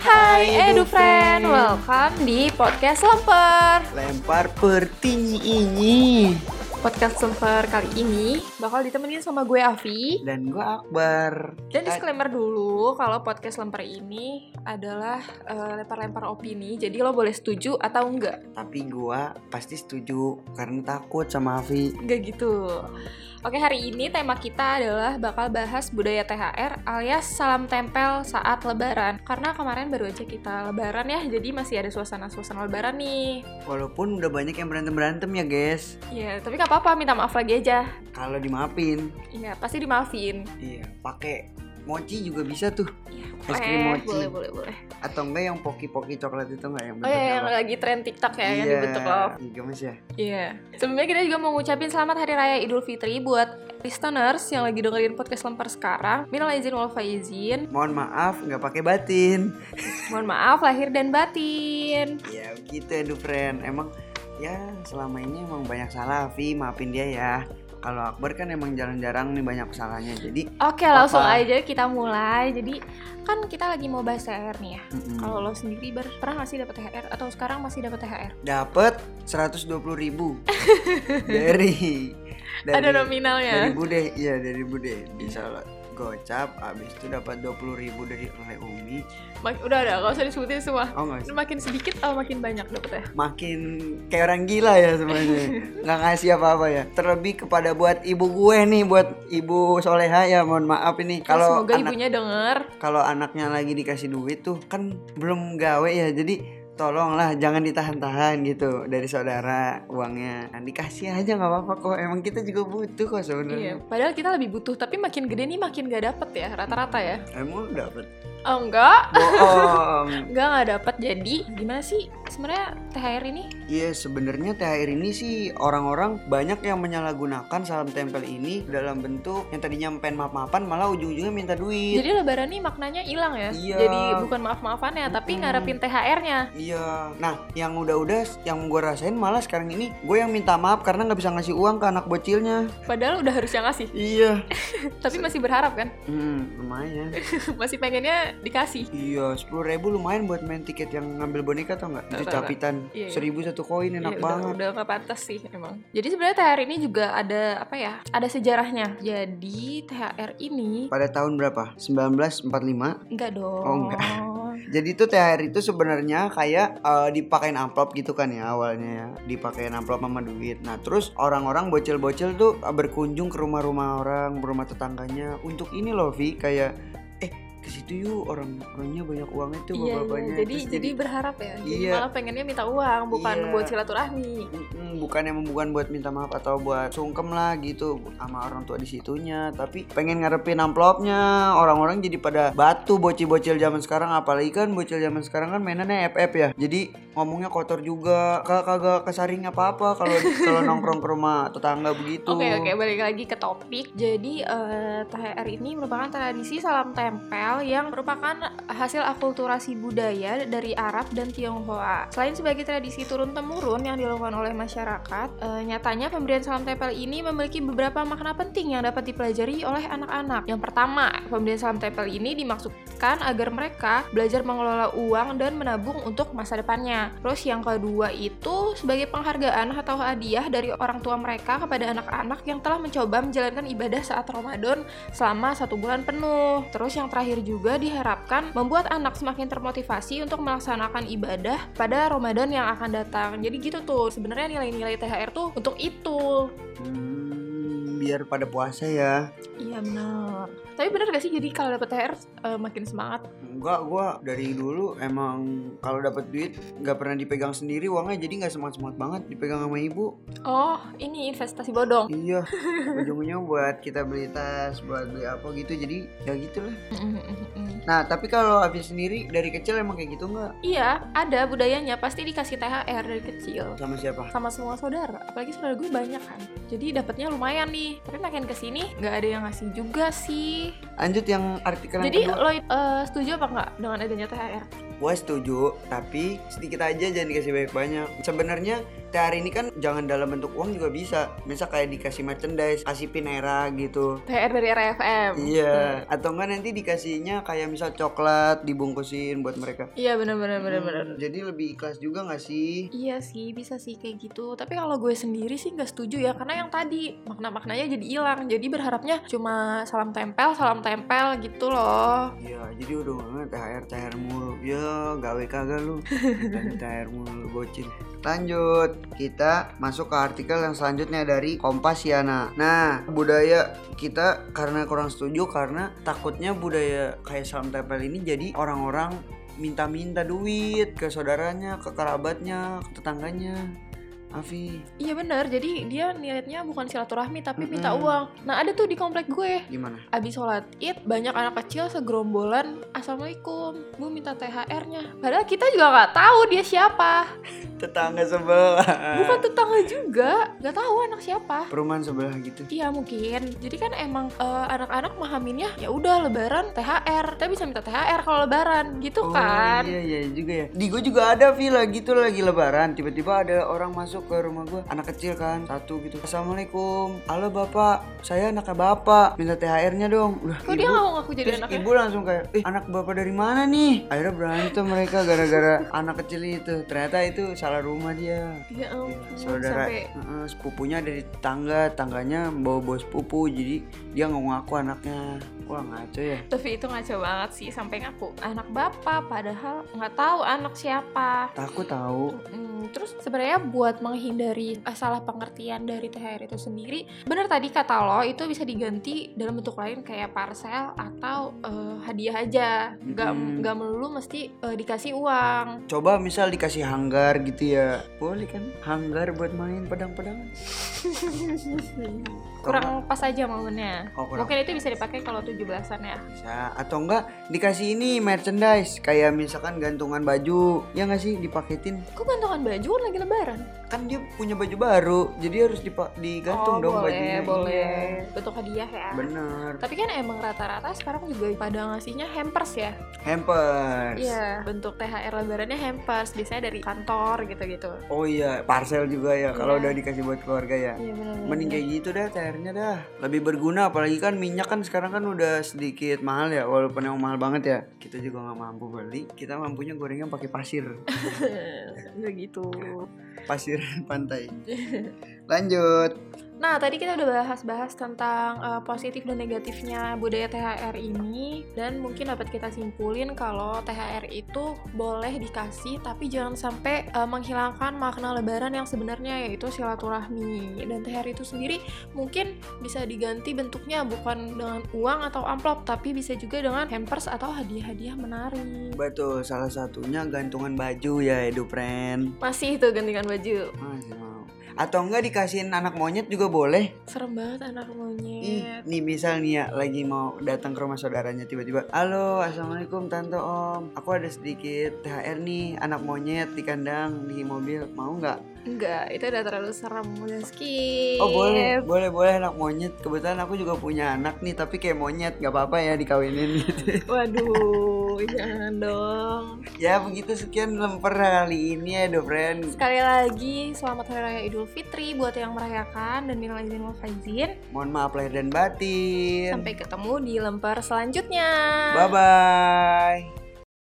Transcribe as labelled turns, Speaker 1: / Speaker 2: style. Speaker 1: Hai EduFriend, welcome di Podcast Lemper
Speaker 2: Lempar pertinyi ini
Speaker 1: Podcast Lemper kali ini bakal ditemenin sama gue Avi
Speaker 2: Dan gue Akbar
Speaker 1: Dan disclaimer dulu, kalau Podcast Lemper ini adalah eh, lempar-lempar opini Jadi lo boleh setuju atau enggak,
Speaker 2: Tapi gue pasti setuju Karena takut sama Avi
Speaker 1: enggak gitu Oke hari ini tema kita adalah bakal bahas budaya THR alias salam tempel saat lebaran Karena kemarin baru aja kita lebaran ya, jadi masih ada suasana-suasana lebaran nih
Speaker 2: Walaupun udah banyak yang berantem-berantem ya guys
Speaker 1: Ya, tapi nggak apa-apa, minta maaf lagi aja
Speaker 2: Kalau dimaafin
Speaker 1: Iya, pasti dimaafin
Speaker 2: Iya pakai mochi juga bisa tuh
Speaker 1: Iya,
Speaker 2: Es krim
Speaker 1: eh,
Speaker 2: mochi.
Speaker 1: boleh boleh boleh.
Speaker 2: Atau enggak yang poki-poki coklat itu enggak yang
Speaker 1: Oh iya, yang
Speaker 2: bentuknya apa?
Speaker 1: lagi tren TikTok ya, yang
Speaker 2: Iya,
Speaker 1: dibentuk love.
Speaker 2: iya, gemes ya
Speaker 1: Iya. Sebenarnya kita juga mau ngucapin selamat Hari Raya Idul Fitri buat listeners yang lagi dengerin podcast lempar sekarang. Minal izin wal faizin.
Speaker 2: Mohon maaf nggak pakai batin
Speaker 1: Mohon maaf lahir dan batin.
Speaker 2: Ya gitu aduh friend Emang ya selama ini emang banyak salah Avi Maafin dia ya Kalau Akbar kan emang jarang-jarang nih banyak kesalahannya Jadi
Speaker 1: Oke, langsung
Speaker 2: Apa?
Speaker 1: aja kita mulai. Jadi kan kita lagi mau bahas THR nih ya.
Speaker 2: mm-mm.
Speaker 1: Kalau lo sendiri Bar, pernah nggak sih dapat THR atau sekarang masih dapat THR?
Speaker 2: Dapet 120.000 ribu Dari Dari
Speaker 1: Ada ya?
Speaker 2: Dari
Speaker 1: nominalnya.
Speaker 2: Bude Iya dari Bude Bisa lo- gocap Abis itu dapat 20.000 ribu dari oleh Umi
Speaker 1: Mak- udah udah, nggak usah disebutin semua.
Speaker 2: Oh nggak sih?
Speaker 1: Makin sedikit atau makin banyak dapat ya?
Speaker 2: Makin kayak orang gila ya sebenarnya Nggak ngasih apa-apa ya Terlebih kepada buat ibu gue nih Buat ibu soleha ya mohon maaf ini Kalau
Speaker 1: semoga
Speaker 2: anak
Speaker 1: ibunya denger.
Speaker 2: kalau anaknya lagi dikasih duit tuh kan belum gawe ya jadi tolonglah jangan ditahan-tahan gitu dari saudara uangnya Nah, dikasih aja nggak apa-apa kok emang kita juga butuh kok
Speaker 1: Iya,
Speaker 2: sebenarnya
Speaker 1: padahal kita lebih butuh, tapi makin gede nih makin gak dapet ya rata-rata ya.
Speaker 2: emang lu dapet
Speaker 1: Oh, enggak,
Speaker 2: bohong
Speaker 1: enggak nggak dapet. Jadi gimana sih sebenarnya THR ini?
Speaker 2: iya sebenarnya THR ini sih orang-orang banyak yang menyalahgunakan salam tempel ini dalam bentuk yang tadinya pengen maaf-maafan malah ujung-ujungnya minta duit
Speaker 1: Jadi lebaran nih maknanya hilang ya.
Speaker 2: Iya.
Speaker 1: Jadi bukan maaf-maafannya, tapi
Speaker 2: Mm-mm.
Speaker 1: ngarepin THR-nya.
Speaker 2: Iya. Nah, yang udah-udah, yang gue rasain malah sekarang ini gue yang minta maaf karena nggak bisa ngasih uang ke anak bocilnya.
Speaker 1: Padahal udah harusnya ngasih,
Speaker 2: Iya.
Speaker 1: tapi masih berharap kan?
Speaker 2: Hmm, lumayan.
Speaker 1: masih pengennya dikasih.
Speaker 2: Iya, sepuluh ribu lumayan buat main tiket yang ngambil boneka tau nggak?
Speaker 1: Tau,
Speaker 2: Itu
Speaker 1: tau,
Speaker 2: capitan
Speaker 1: Iya, iya.
Speaker 2: seribu satu koin enak
Speaker 1: Ya,
Speaker 2: banget.
Speaker 1: Udah, udah gak pantas sih emang. Jadi sebenarnya THR ini juga ada apa ya? Ada sejarahnya. Jadi THR ini
Speaker 2: Pada tahun berapa? 1945.
Speaker 1: enggak dong.
Speaker 2: Oh, enggak. Jadi tuh THR itu sebenarnya kayak eh, dipakein amplop gitu kan ya awalnya ya. Dipakein amplop sama duit. Nah, terus orang-orang bocil-bocil tuh eh, berkunjung ke rumah-rumah orang, rumah tetangganya untuk ini loh Vi kayak eh ke situ yuk orang-orangnya banyak uangnya tuh
Speaker 1: Iya,
Speaker 2: bapak-bapaknya.
Speaker 1: iya. jadi
Speaker 2: Gitu Terus
Speaker 1: jadi berharap ya. Jadi
Speaker 2: Iya.
Speaker 1: malah pengennya minta uang, bukan
Speaker 2: Iya.
Speaker 1: buat silaturahmi.
Speaker 2: Mm, bukan emang bukan buat minta maaf atau buat sungkem lah gitu sama orang tua di situnya tapi pengen ngarepin amplopnya orang-orang jadi pada batu bocil-bocil zaman sekarang apalagi kan bocil zaman sekarang kan mainannya FF ya jadi ngomongnya kotor juga kagak kagak kesaring apa-apa kalau kalau nongkrong ke rumah tetangga begitu
Speaker 1: Oke oke balik lagi ke topik. Jadi eh, THR ini merupakan tradisi salam tempel yang merupakan hasil akulturasi budaya dari Arab dan Tionghoa. Selain sebagai tradisi turun temurun yang dilakukan oleh masyarakat, eh, nyatanya pemberian salam tempel ini memiliki beberapa makna penting yang dapat dipelajari oleh anak-anak. Yang pertama, pemberian salam tempel ini dimaksudkan agar mereka belajar mengelola uang dan menabung untuk masa depannya. Terus yang kedua itu sebagai penghargaan atau hadiah dari orang tua mereka kepada anak-anak yang telah mencoba menjalankan ibadah saat Ramadan selama satu bulan penuh. Terus yang terakhir juga diharapkan membuat anak semakin termotivasi untuk melaksanakan ibadah pada Ramadan yang akan datang. Jadi gitu tuh, sebenarnya nilai-nilai THR tuh untuk itu.
Speaker 2: Hmm, biar pada puasa ya
Speaker 1: Iya benar. Tapi benar gak sih jadi kalau dapet THR eh, makin semangat?
Speaker 2: Enggak, gua dari dulu emang kalau dapat duit nggak pernah dipegang sendiri uangnya jadi nggak semangat-semangat banget dipegang sama ibu.
Speaker 1: Oh, ini investasi bodong.
Speaker 2: Iya, ujungnya buat kita beli tas, buat beli apa gitu, jadi ya gitulah. Nah, tapi kalau habis sendiri dari kecil emang kayak gitu nggak?
Speaker 1: Iya, ada budayanya pasti dikasih THR dari kecil
Speaker 2: Sama siapa?
Speaker 1: sama semua saudara apalagi saudara gue banyak kan jadi dapatnya lumayan nih tapi makin kesini nggak ada yang ngasih juga sih
Speaker 2: Lanjut yang artikel yang
Speaker 1: jadi eh,
Speaker 2: kedua.
Speaker 1: lo eh, setuju apa nggak dengan adanya THR
Speaker 2: Gue setuju, tapi sedikit aja jangan dikasih banyak-banyak. Sebenarnya THR ini kan jangan dalam bentuk uang juga bisa. Misal kayak dikasih merchandise, kasih pin era gitu.
Speaker 1: THR dari RFM.
Speaker 2: Iya, atau enggak nanti dikasihnya kayak misal coklat dibungkusin buat mereka.
Speaker 1: Iya benar-benar benar-benar.
Speaker 2: Hmm, Jadi lebih ikhlas juga nggak sih?
Speaker 1: Iya sih bisa sih kayak gitu. Tapi kalau gue sendiri sih nggak setuju ya karena yang tadi makna maknanya jadi hilang. Jadi berharapnya cuma salam tempel, salam tempel gitu loh.
Speaker 2: Iya, jadi udah banget THR THR mulu. Ya, gawe kagak lu. Ditanya THR mulu bocil. Lanjut, kita masuk ke artikel yang selanjutnya dari Kompasiana. Nah, budaya kita karena kurang setuju karena takutnya budaya kayak salam tempel ini jadi orang-orang minta-minta duit ke saudaranya, ke kerabatnya, ke tetangganya. Afi,
Speaker 1: Iya benar. Jadi dia niatnya bukan silaturahmi tapi minta
Speaker 2: Mm-mm.
Speaker 1: uang. Nah ada tuh di komplek gue.
Speaker 2: gimana?
Speaker 1: Abis sholat id banyak anak kecil segerombolan assalamualaikum bu minta thr-nya. Padahal kita juga nggak tahu dia siapa.
Speaker 2: Tetangga sebelah.
Speaker 1: Bukan tetangga juga. Nggak tahu anak siapa.
Speaker 2: Perumahan sebelah gitu.
Speaker 1: Iya mungkin. Jadi kan emang eh, anak-anak memahaminya ya udah Lebaran THR, tapi bisa minta THR kalau Lebaran gitu kan.
Speaker 2: Oh, iya iya juga ya. Di gue juga ada villa gitu lagi lebaran. Tiba-tiba ada orang masuk ke rumah gue, anak kecil kan, satu gitu. Assalamualaikum. Halo bapak, saya anaknya bapak. Minta THR-nya dong. Udah,
Speaker 1: Kok dia nggak mau ngaku jadi
Speaker 2: Terus
Speaker 1: anaknya?
Speaker 2: ibu langsung kayak, eh anak bapak dari mana nih? Akhirnya berantem mereka gara-gara anak kecil itu. Ternyata itu salah rumah dia.
Speaker 1: Ya
Speaker 2: Iya,
Speaker 1: ampun,
Speaker 2: Saudara
Speaker 1: sampai
Speaker 2: Heeh, sepupunya dari tangga, tangganya bawa bawa sepupu, jadi dia nggak ngaku anaknya. Wah ngaco ya.
Speaker 1: tapi itu ngaco banget sih sampai ngaku anak bapak padahal nggak tahu anak siapa.
Speaker 2: Takut tahu.
Speaker 1: Hmm, terus sebenarnya buat menghindari eh, salah pengertian dari THR itu sendiri, bener tadi kata lo itu bisa diganti dalam bentuk lain kayak parcel atau eh, hadiah aja. Nggak
Speaker 2: Mm-mm.
Speaker 1: nggak melulu mesti eh, dikasih uang.
Speaker 2: Coba misal dikasih hanggar gitu ya Boleh kan? Hanggar buat main pedang-pedangan
Speaker 1: kurang pas aja momennya.
Speaker 2: Oh, kurang.
Speaker 1: Mungkin itu bisa dipakai kalau 17-an ya.
Speaker 2: Bisa Atau enggak dikasih ini merchandise Kayak misalkan gantungan baju Ya nggak sih dipaketin
Speaker 1: Kok gantungan baju kan lagi lebaran?
Speaker 2: Kan dia punya baju baru Jadi harus dipa- digantung
Speaker 1: Oh,
Speaker 2: dong
Speaker 1: boleh,
Speaker 2: bajunya
Speaker 1: boleh.
Speaker 2: Iya.
Speaker 1: Bentuk hadiah ya.
Speaker 2: Bener
Speaker 1: Tapi kan emang rata-rata sekarang juga pada ngasihnya hampers ya.
Speaker 2: Hampers
Speaker 1: Iya, bentuk THR lebarannya hampers, biasanya dari kantor gitu-gitu.
Speaker 2: Oh iya parcel juga ya Kalau
Speaker 1: Iya.
Speaker 2: udah dikasih buat keluarga ya
Speaker 1: Iya benar.
Speaker 2: Mending kayak gitu dah THR-nya dah Lebih berguna apalagi kan minyak kan sekarang kan udah sedikit mahal ya Walaupun yang mahal banget ya Kita juga nggak mampu beli Kita mampunya gorengan pakai pasir
Speaker 1: Nggak gitu.
Speaker 2: Pasir pantai Lanjut
Speaker 1: Nah, tadi kita udah bahas-bahas tentang eh, positif dan negatifnya budaya THR ini dan mungkin dapat kita simpulin kalau THR itu boleh dikasih tapi jangan sampai eh, menghilangkan makna lebaran yang sebenarnya yaitu silaturahmi. Dan THR itu sendiri mungkin bisa diganti bentuknya bukan dengan uang atau amplop tapi bisa juga dengan hampers atau hadiah-hadiah menarik.
Speaker 2: Betul salah satunya gantungan baju ya Edupren
Speaker 1: Masih itu gantikan baju.
Speaker 2: Masih mau Atau enggak dikasihin anak monyet juga boleh
Speaker 1: Serem banget anak
Speaker 2: Ih,
Speaker 1: monyet.
Speaker 2: Nih misal nih ya lagi mau datang ke rumah saudaranya tiba-tiba Halo assalamualaikum tante om Aku ada sedikit THR nih anak monyet di kandang di mobil Mau nggak?
Speaker 1: Enggak, itu udah terlalu serem. Udah skip.
Speaker 2: Oh boleh, boleh, boleh anak monyet. Kebetulan aku juga punya anak nih, tapi kayak monyet, nggak apa-apa ya dikawinin gitu.
Speaker 1: Waduh, jangan dong.
Speaker 2: ya begitu sekian lemper kali ini ya, do friend.
Speaker 1: Sekali lagi, selamat Hari Raya Idul Fitri buat yang merayakan dan minal izin wal faizin.
Speaker 2: Mohon maaf lahir dan batin.
Speaker 1: Sampai ketemu di lempar selanjutnya.
Speaker 2: Bye bye.